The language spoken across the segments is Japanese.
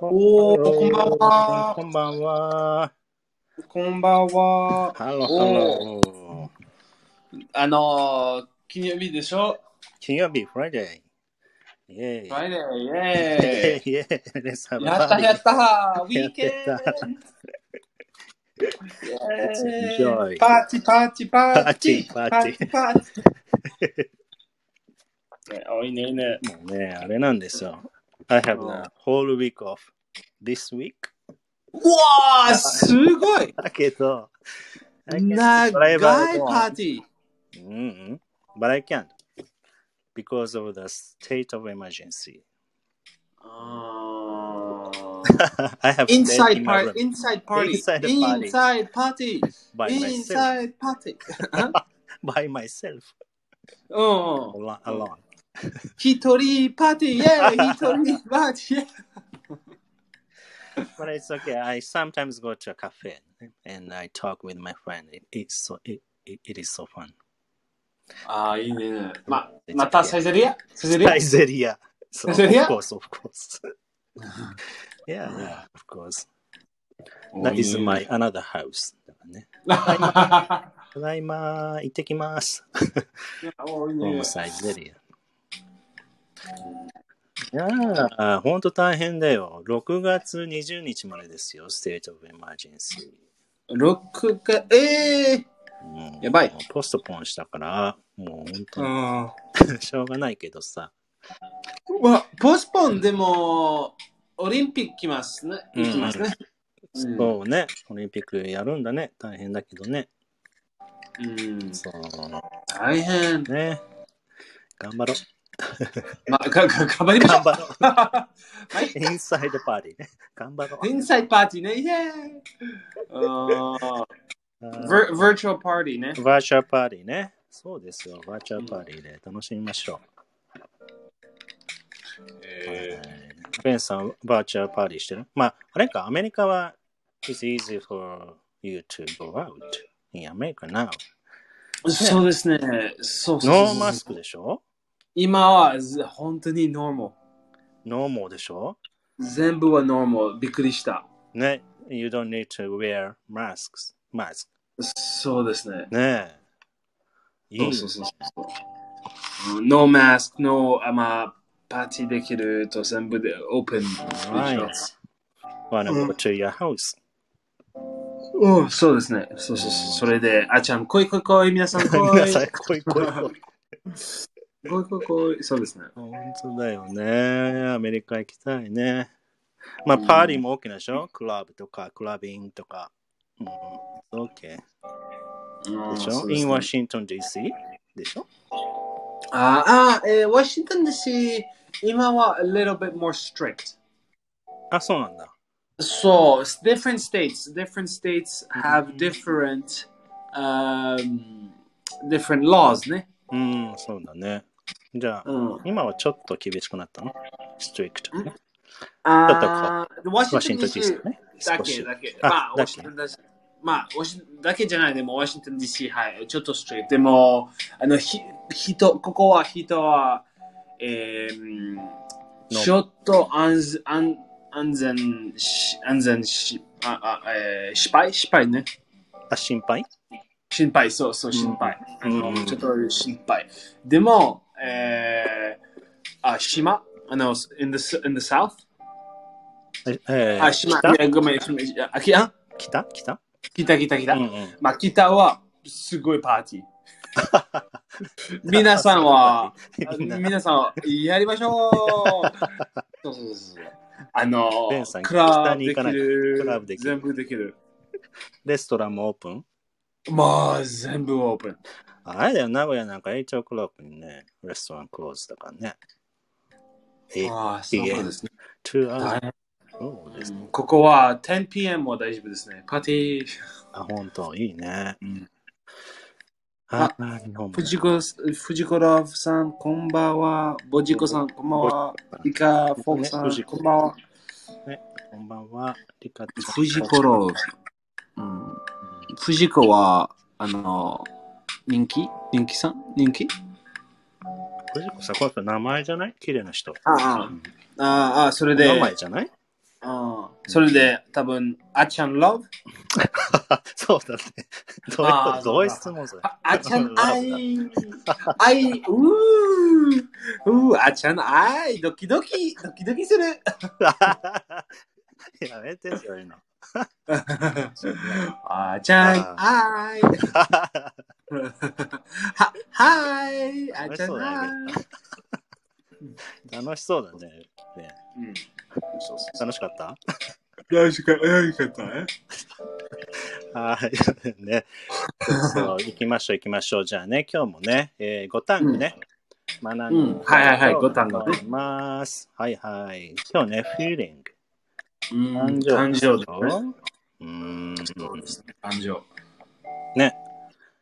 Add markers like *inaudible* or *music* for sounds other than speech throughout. おー、こんばんは。こんばんは。こんばんは。ハロー Oh. ハロー。あのー、金曜日でしょ金曜日、フライデー。イェーイ。フライデー、イ *laughs* イェーェーイ。レッサーイ。 *laughs* やったやったウィーケンやってたドイ Let's ェー enjoy イパーチパーチパーチパーチパーチ。ねおいいねいいね。もうね、あれなんですよ。I have うん the whole week off this week. *laughs* うわー、すごいだけど、I can't 長いパ drive out ーティー。 on. うんうん。But Mm-hmm. I can't. Because of the state of emergency. *laughs* あー I have stayed *laughs* Inside in my party. room Inside party. Inside the party. Inside party. by myself. Inside party. By myself. うん。 Alone. alone. 一人パーティー。イェーイ。一人パーティー。 But it's okay. I sometimes go to a cafe and I talk with my friend. It, it's so it, it, it is so fun. ああ、いいね。ま、 It's また okay. サイゼリアサイゼリ Pizzeria. ア So, Pizzeria? Of course, of *laughs* course. yeah, yeah, of course. That is my another house. だからねただいま、行ってきます。おいいホーねムサイゼリア。いやー、ほんと大変だよ。6月20日までですよ、ステートオブエマージェンシ6か、ええー。やばいもうポストポンしたから、もうう本ん。当に *laughs* しょうがないけどさ。まあ、ポスポンでも、オリンピック来ますね。うん行きますね。うんそうね、オリンピックやるんだね。大変だけどね。うん。そう大変。ね。頑張ろう。まあ、が、が、頑張りまし頑ょう。張ろう。はい。インサイドパーティーね。頑張ろう。天才パーティーね、イェーイあバーバーチャルパーティーね。ーチャルパーティーね。そうですよ。バーチャルパーティーで楽しみましょう。はいベンさん、バーチャルパーティーしてるまあ、あれか、アメリカは、It's easy for you to go out in America now. そうですね。そうそうそうノーマスクでしょ今はず本当にノーマノーモーでしょル。全部はノーマル。びっくりした。ね。You don't need to wear masks. Mask. そうですね。ねえ。いいそうそうそうそう。ノーマスク、ノー、あまあ、パーティーできると全部でオープンでしょ。 Right. Wanna go to your house? うん、そうですね。そうそうそう。それで、あちゃん、来い来い来い、 *laughs* 皆さん来い。皆さん、こい *laughs* こいこい。来い来い来い。そうですね。本当だよね。アメリカ行きたいね。まあ、パーティーも大きなでしょ、クラブとか、クラビングとか。うん、OK。うんでしそょうです ?In ね Washington DC? でしょああ、えー、ワシントン DC、今は a little bit more strict. あ、そうなんだ。 So, it's different states, different states have different, um, different laws ね。うん、そうだね。じゃあ、うん。今はちょっと厳しくなったのストリクトね。Ah, あーワワシシンントトンン DC DC ね。だ少けし。だけ。あまあ、だけワシントン DC。まあ、ワシントンだけじゃない、でも、ワシントン DC、はい、ちょっとストリート。でも、あの、ひ、人、ここは人は、えー、ちょっと安、安、安全し、安全し、あ、あ、えー、失敗失敗ね。あ、心配心配、そうそう、心配。あのうんちょっと心配。でも、えー、あ、島あの、in the, in the south? ええーあ、島、い北やごめん、島いやあ、きあ北北北、北、北。うんうん。まあ、北はすごいパーティー。 *laughs* 皆さんは、あみんな皆さんはやりまし *laughs* ょうそうそうそうそう。あのベンさん、クラ北ブに行できかないとるクラブできる全部できる。レストランもオープンまあ、全部オープン。あれだよ、名古屋なんか8オクロックにね、レストランクローズだからね。え、ああ、そうですね。 2ア大ウ変そうです。うんここは 10pm も大丈夫ですね。パーティー。あ、本当いいね。うんあ、日本も。藤子藤子ラフさん、こんばんは。ボジコさん、こんばんは。イカフォークさねん、藤子こんばんは。こんばんは。リカちゃん藤子ロー、うん、藤子はあの人気人気さん人気藤子さん、この人名前じゃない綺麗な人。ああああああそれ名で前じゃない *laughs* あそれで多分、あっちゃん love? そうだね。どういうあこーとどういう質問それああちゃん love 愛愛うーうーあちゃん愛ドキドキドキドキする *laughs* やめて、そういうの。あちゃん愛 *laughs* ははいあちゃん愛楽しそうだね。ねうんそうそう楽しかった大丈夫か大丈夫かねはい。ね。そう、行きましょう、行きましょう。じゃあね、今日もね、えー、5単語ね。学んでうんはいはいはいこう五単語ねと思います。はいはい。今日ね、フィーリング。うん感感情情でですすよねうーそうんで。すね感情ね。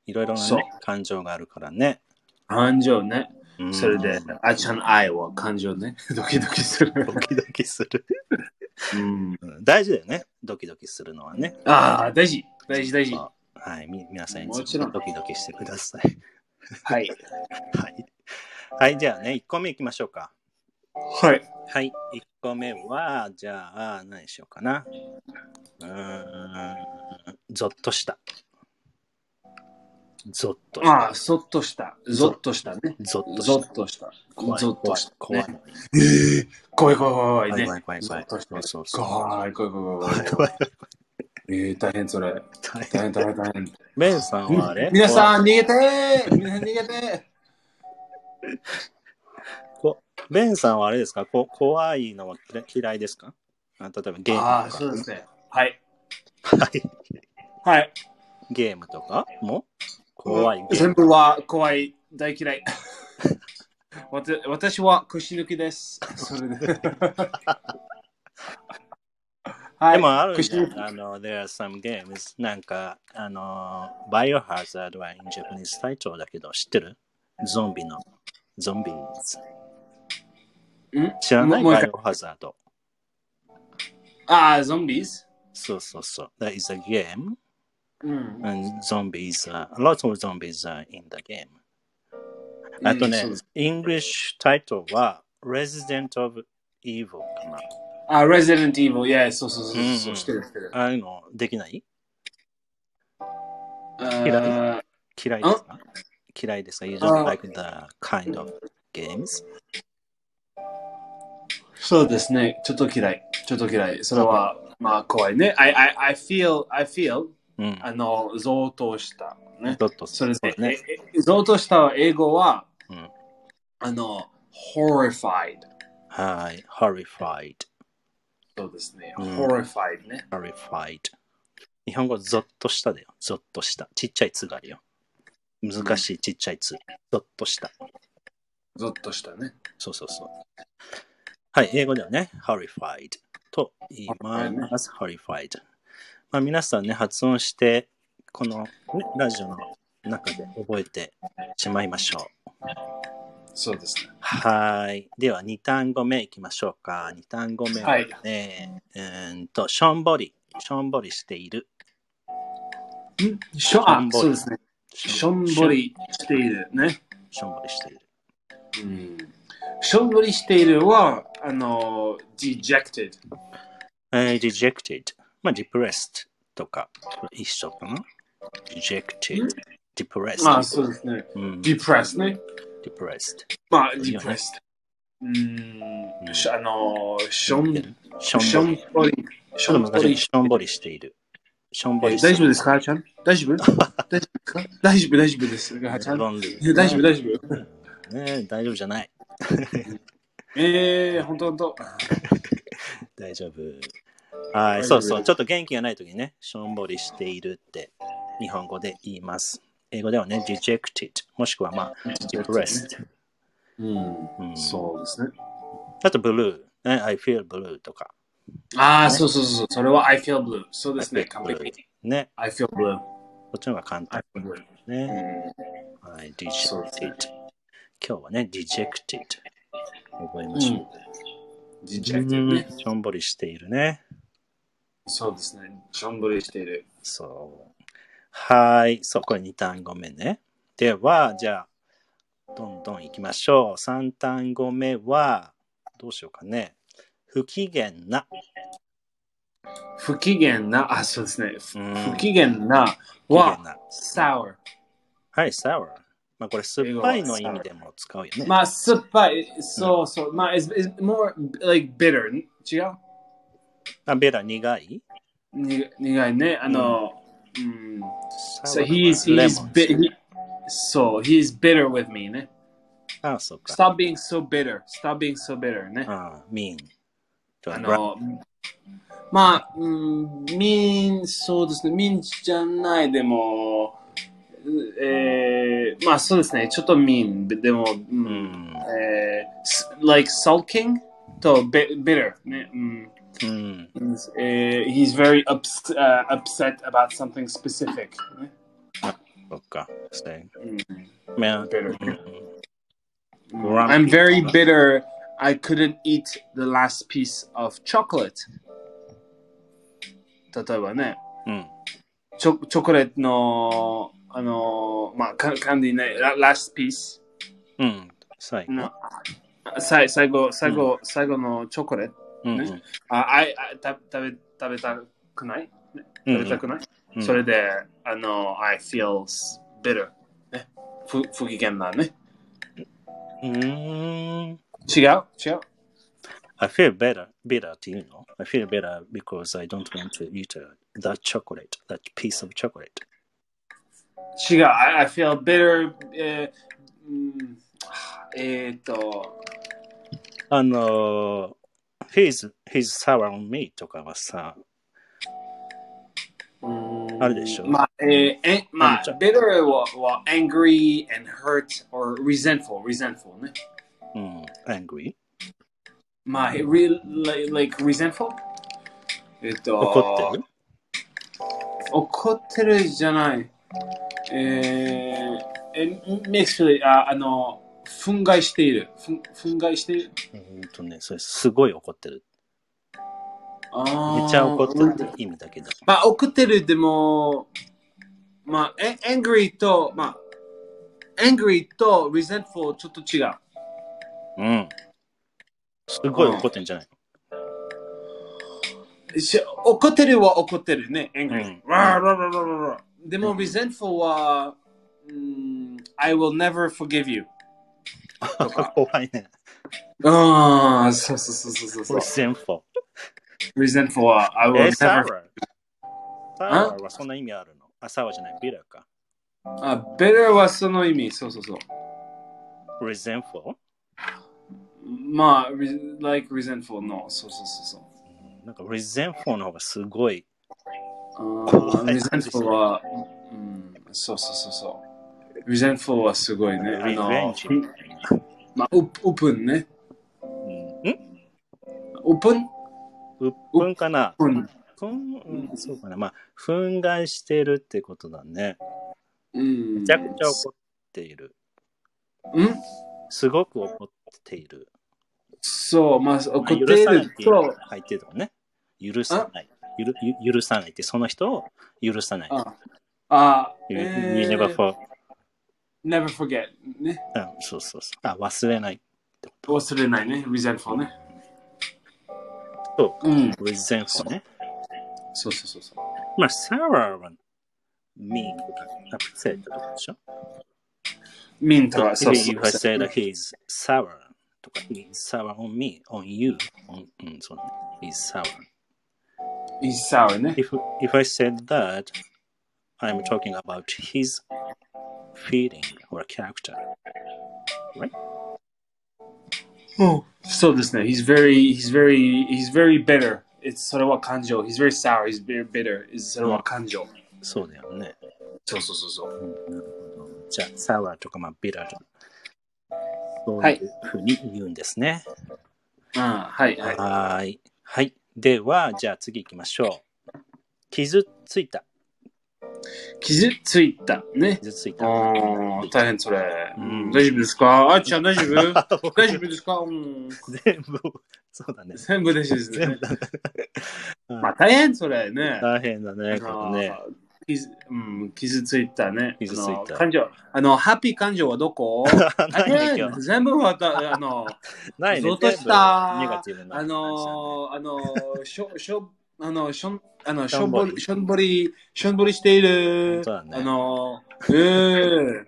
いろいろな、そうね、感情があるからね。感情ねうんそれであちゃん愛は感情ね *laughs* ドキドキするドキドキする。うんうん大事だよね。ドキドキするのはね。ああ大事大事大事そうはい。み皆さん、いもつちもろんドキドキしてください。はいはい。はい、じゃあね、1個目行きましょうか。はいはい、1個目は、じゃあ、何しようかな。うーん、ゾッとした。ゾッとした。ああ、そっとした。ゾッとしたね。ゾッとゾした。ッとした。怖いゾッとした。怖いね。ええ怖い怖い怖怖いい怖い怖ね。い怖いゾ怖いッとしたそうそうそう怖い怖い怖い怖い怖怖い。いええ、大変それ。怖い大変大変大変。ベンさんはあれ皆さん逃げて皆さん逃げてこベンさんはあれですかこ怖いのは嫌いですかあ例えばゲームとか。ああ、そうですね。はい。はい。はい。ゲームとかも怖いゲー全ム。部は怖い。大嫌い。わた私は腰抜きです。それ *laughs* で。はい。でもあるん腰じゃ抜きん。あの、there are some games. なんか、あの、Biohazard は in Japanese タイトルだけど、知ってるゾンビの。ゾンビん知らないもうもう一回 ?Biohazard。ああ、ゾンビーズそうそうそう。That is a game. うん。 And zombies are, a lot of zombies are in the game. あとねうんそうで、 English タイトルは Resident of Evil かな。あ、Resident Evil、いや、そうそうそううんそう、してるしてる。ああいうのできないあ嫌いですか嫌いですか ?You あ don't like the kind of games? そうですね、ちょっと嫌い。ちょっと嫌い。それは、まあ、怖いね。I, I, I feel, I feel, うん。あの、贈答した。ね。ドットそれで、ね。ええ贈答したは英語は、うんあの、horrified。はい。horrified, そうですね、うん horrified ね。 horrified. 日本語、ゾッとしただよ。ゾッとした。ちっちゃいつがあるよ。難しいちっちゃいつ。ゾッとした。ゾッとしたね。そうそうそう。はい。英語ではね、horrified と言います。horrified。まあ、皆さんね、発音して、この、ね、ラジオの中で覚えてしまいましょう。そうですね。はい。では、2単語目いきましょうか。2単語目ははいね、うーんと、しょんぼり。しょんぼりしている。んしょ、あ、そうですね。しょんぼ。りしているね。しょんぼりしている。うん。しょんぼりしているは、あの、dejected。えー rejected。まあ、depressed とか、一緒かな。rejected ん。 depressed。まあ、そうですね。うん、 depressed ね。 depressed。まあ、いいよね depressed。うーん、しあのー、しょん、しょしょんぼんり。ぼり、しちょょっんとぼ難しい。りし。ょんぼりしている。しょんぼり大丈夫ですか、あーちゃん大 *laughs* 丈夫大丈夫ですか大丈夫、大丈夫です。あーちゃん。ロンリいやー *laughs* 大丈夫、大丈夫。ね大丈夫じゃない。えー、ほんとほんと。大丈夫。は大い、丈夫そうそう。ちょっと元気がないときね、しょんぼりしているって日本語で言います。英語ではね、rejected もしくはまあ、depressed。うん、うんそうですね。あと、blue、ね。I feel blue とか。ああ、そうそうそうそう。それは I feel blue。そうですね、完璧に。ね。 I feel blue。こっちの方が簡 I 単 feel blue。ね。うはい、そうですね rejected。今日はね、rejected。覚えましょう。ん。う dejected んね。しょんぼりしているね。そうですね。しょんぼりしている。そう。はい。そこに単語目ね。では、じゃあ、どんどん行きましょう。3単語目は、どうしようかね。不機嫌な。不機嫌な、あ、そうですね。ふうん不機嫌な不機嫌は、な sour。はい、sour。まあこれ酸っぱいの意味でも使うよね。まあ、酸っぱい。そうそう。まあ、is is more like bitter. 違うあ、ベラ苦いに苦いね。あの、うん。 ?sour mm, So he's, はレ he's, モン bi- he, so he's bitter with me ね。あ、そうか。 Stop being so bitter. Stop being so bitter ね。あ、mean。あの、まあ、うん、ミン、そうですね、ミンじゃない、でも、うえー、まあそうですね、ちょっとミン、でも、う、うんん。えー、す Uh, like sulking と bi- bitter ね、うん、うん。えー、he's uh, very ups、uh, upset about something specific ね、そっか。そううんまあ、 bitter うん。Grumpy. I'm very bitter. I couldn't eat the last piece of chocolate. 例えばね、うん。チョチョコレートの、あのーまあ、カカンディーね、ララストピースうん。最後。の、さい最後、最後、最後のチョコレート。うんうん。あ、あいあた食べ、食べたくないねうん食べたくない、うんそれで、あの、I feel bitter. ね、不不機嫌なね。うーん。違う違う I feel better, bitter っていうの I feel better because I don't want to eat uh, that chocolate, that piece of chocolate. 違う。I, I feel bitter. えーうんえーっと、あのー、he's, he's sour on me とかはさ、うんあるでしょまあ、えーえまあなんちゃ、 bitter はは angry and hurt or resentful, resentful ね。うん、angry まあ、re, like, like resentful? えっと、怒ってる怒ってるじゃない。えー、え、makes me, ああの、憤慨している。憤憤慨している。うんとね、それすごい怒ってる。あーめっちゃ怒ってるって意味だけど。まあ、怒ってるでも、まあ、え angry と、まあ、angry と resentful ちょっと違う。うん。すごい怒ってんじゃないし怒ってるは怒ってるね、angry う。んわーわーわーわーわーでうも、ん resentful は、うん、I will never forgive you。の *laughs* 怖いね。ああ、そうそうそうそうそう。 resentful。 resentful は、I え will ー、サ never。ワー。サワーはそんな意味あるのあ、サワーじゃない、ビラか。あ、better Uh, はその意味、そうそうそう。 resentful? まあ、re- like resentful の、そうそうそうそう。なんか resentful の方がすごい。あ怖 *laughs* いー感じですね resentful は、うん、そうそうそうそう。resentful はすごいね。あの revenge みたいな。まあ、オープンね。うんんオープンうっぷんかなうんふん、うん、そうかな。まあ、憤慨してるってことだね。うん。めちゃくちゃ怒っている。うんすごく怒っている。そう、まあ、怒まあっている許さないっていうと、入ってるとね。許さない。ゆるゆ許さないって、その人を許さない。ああ、 You, え you ー never for... Ah, eh, never forget ね。あそうそうそう。あ、忘れない。忘れないね、resentful ね。。そううん、 resentful ね。そうそうそうそう。まあ、サワーは mean とか upset とかでしょ。ミントは、 So そう if そう you have そう said that he's sour とか he's sour on me, on you, on, うん、そうね。he's sour. He's sour ね。 If, if I said that, I'm talking about his feeling or character. そうですね。He's very, he's very, he's very bitter. It's それは感情。He's very sour. He's very bitter. It's それは感情。そうだよね。そうそうそうそう。うん、なるほど。じゃあ、sour とか、まあ、bitter とか。そうはいいうふうに言うんですね。あはいはい。はーい。はい。では、じゃあ次行きましょう。傷ついた。傷ついたね。傷ついた。ああ、大変それ。うん大丈夫ですかあいちゃん大丈夫 *laughs* 僕大丈夫ですかうん *laughs* 全部、そうだね。全部ですです全ね部。だね。まあ大変それ *laughs* ね。大変だね、あこのれね。傷うん、傷ついたね。傷ついたあの感情。あの、ハッピー感情はど *laughs* こないね、今日。全部はた、あの、ないね、ゾ全ッ部としたネガティブなあ感じだね。のー、あのー、しょ、しょ、あの、しょん、あの、ししょょんんぼぼり、りしょんぼり、しょんぼりしている。本当だねあの、うー、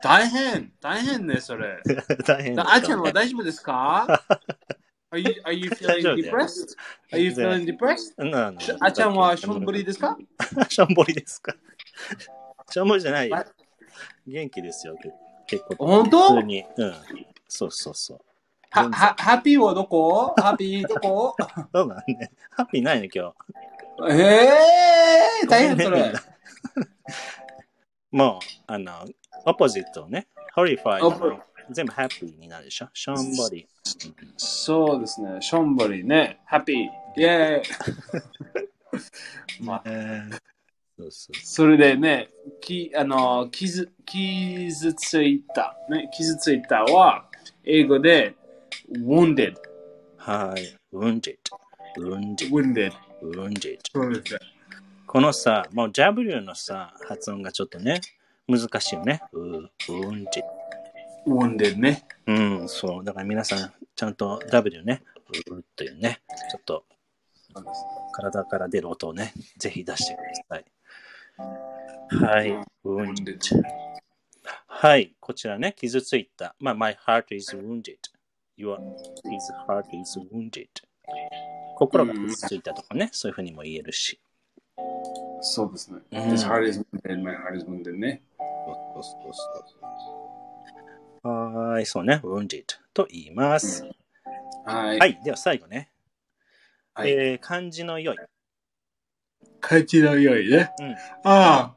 大変、大変ね、それ。大変だあーちゃんは大丈夫です *laughs* か are, you, are you 大 feeling 丈夫だよ depressed? Are you feeling depressed? ななあーちゃんはしょんぼりですか *laughs* しょんぼりですか *laughs* しょんぼりじゃないよあ。元気ですよ。結構。本当普通に。うん。そうそうそう。は、は、ハッピーはどこハッピーどこそうだね。ハッピーないね、今日。えー、大変そごめんれね。もう、あの、オポジットをね。ホリファイオポド全部ハッピーになるでしょ。しょんぼり。そうですね、しょんぼりね、ハッピー、イェーイ。まあ、そうそうそれでね、きあの傷傷ついた、ね、傷ついたは英語で wounded, はい。wounded。wounded。 wounded。 wounded。そうですね。このさ、もう W のさ、発音がちょっとね、難しいよね。う、うんじ。 wounded ね。うん、そう。だから皆さん、ちゃんと W ね、うっていうね、ちょっと体から出る音をね、ぜひ出してください。はい。うんじ。 wounded。はい。こちらね、傷ついた。まあ、my heart is wounded. Your, his heart is wounded. 心が傷ついたとかね、そういうふうにも言えるし。そうですね。うん His heart is wounded, my heart is wounded ね。そうそうそうそうはーい、そうね、wounded と言います。はい。はい、では最後ね。はいえー漢字の良い。感じの良いね。うんああ。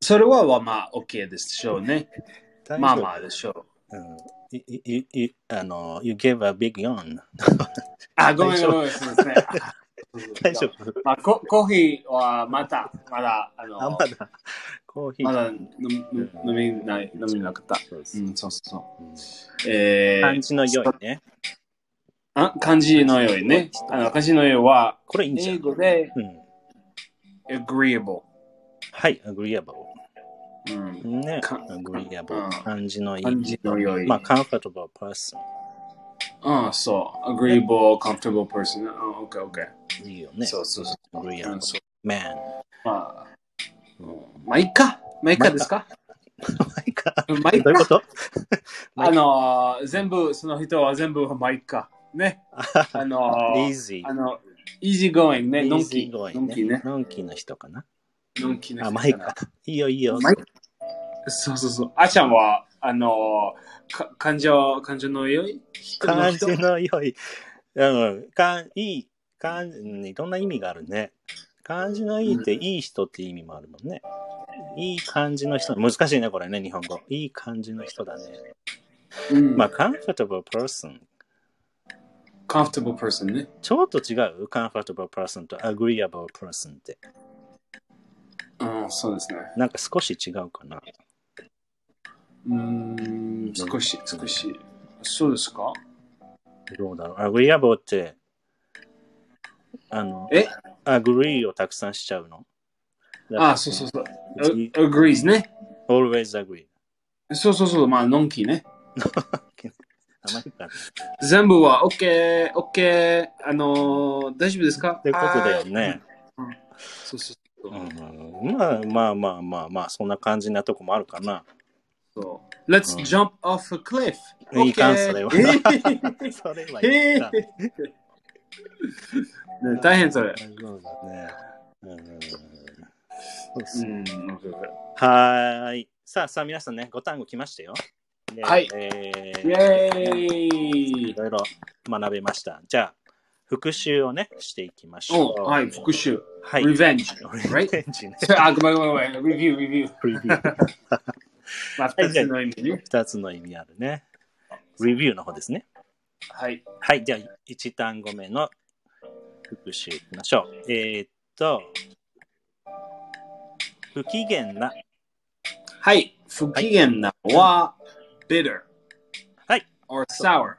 それははまあ OK でしょうね。まあまあでしょう。あ。うん、いいいいあの、you gave a big yawn. あ、ごめんごめん、そうですね。 *laughs* 大丈夫まあ、ココーヒーはまた、まだ、あの、あ、まだ。コーヒー。まだ飲み飲みない、飲みなかった。そうですうん、そうそうそうんう。え漢ー、字の良いね。あ漢字のようにね。あの、漢字のようは、これいいんじゃ英ん。語で、うん、 agreeable。はい、agreeable。うん。ね、か agreeable うん。漢字の良漢い。字のよい。まあ、comfortable person。あ、うん、そう。agreeable, comfortable person. あ、OK, OK。いいよね。。そうそうそううん agreeable そう man。まあ、うんまあ、いっか。まあ、いっかですかマイカ。まあ、い *laughs* っどういうこか。とあのー、全部、その人は全部、まあ、いっか。 *laughs* ね。あのー、 ?easy。あの、イージーゴーインね、のんき。のんきね。のんきの人かな。のんきね。あ、マイカ。いいよ、いいよ。マイそうそうそう。あちゃんは、あのー、か感情、感情の良い人の漢人字の良い。うん、かん、いい、漢字、うんいろんな意味があるね。漢字のいいって、いい人って意味もあるもんね。いい感じの人。難しいね、これね、日本語。いい感じの人だね。うん、まあ、comfortable person。 comfortable person ね。ちょっと違う ?comfortable person と agreeable person って。うん、そうですね。なんか少し違うかな。うーん、少し、少し。そうですかどうだろう。agreeable って、あの、え agree をたくさんしちゃうの。あ、そうそうそう。次 A- agrees ね。 always agree. そうそうそう。まあ、のんきね。あまりか。全部は OK、OK、あのー、大丈夫ですかってことだよね。そうそうそう。うん、まあまあまあまあまあ、そんな感じなとこもあるかな。そう Let's うん jump off a cliff. いかん、それは。 OK それ *laughs* *laughs* はえいーかん。ね大変それ。そうだね。うんうん。はーい。さあさあ、皆さんね、ご単語来ましたよ。ではいえイーェーいイろいろ学べました。じゃあ、復習をね、していきましょおう。はい、復習。はい。 Revenge. *laughs* リ Right? ベンジね。あ、ごめんごめんごめん。Review, review. まあ、二つの意味ね。二つの意味あるね。レビューの方ですね。はい。はい、じゃあ、1単語目の復習いきましょう。えーっと、不機嫌な。はい。不機嫌なのは、bitter はい or sour.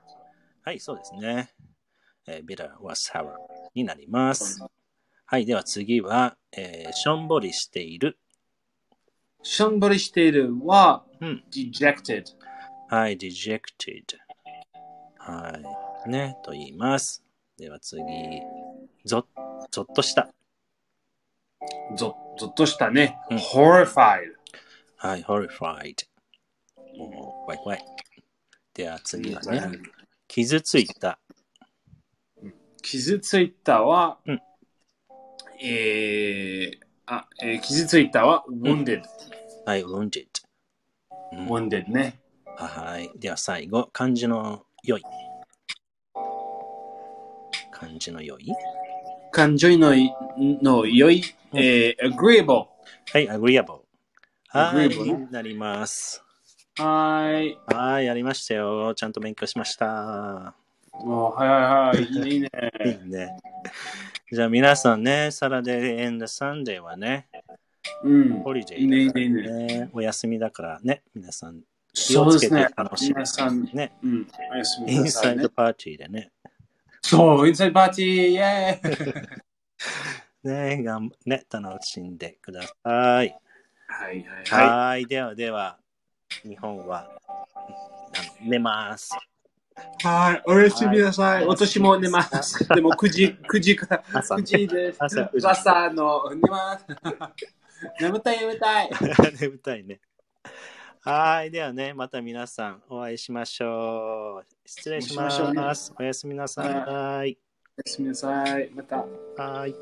はい、そうですね。えー、bitter or sour になります。はい、では次は、えーしょんぼりしている。しょんぼりしているはうん、 dejected. はい、dejected。はい、ね、と言います。では次、ぞ、ぞっとした。ぞぞっとしたね。うん horrified。はい、horrified。もう、怖い怖い。では次はね、傷ついた。傷ついたは、うんえーあえー傷ついたは wounded。はい、wounded。うんは wounded ね。はい。では最後、漢字の良い。漢字の良い。感情のいの良い、うんえー agreeable。はい、agreeable。はい、 agreeable ねなります。はい。はい、やりましたよ。ちゃんと勉強しました。もう、は *laughs* いはいはい。いいねいいね。いいね。じゃあ皆さんね、サラデー and Sunday はね、うん。ホリデいいねいいーねいいね。ね、お休みだからね、皆さん気そをうつでけてすね。楽しみ皆さん、ね。うん。おやすみイなンさサいイねド。パーティーでね。そう、インサイドパーティー、イェーイね、がんね楽しんでください。はいはいははいい、ではでは、日本はあの寝ます。。はい、おやすみなさはいい。私も寝ます。 *laughs* でも9時、9時から、朝9時です。朝9時朝の、 *laughs* 寝ます。眠たい眠たい。眠たいね。はい、ではね、また皆さんお会いしましょう。失礼します。お会いしまおやすみなさい。おやすみなさい。また。はい。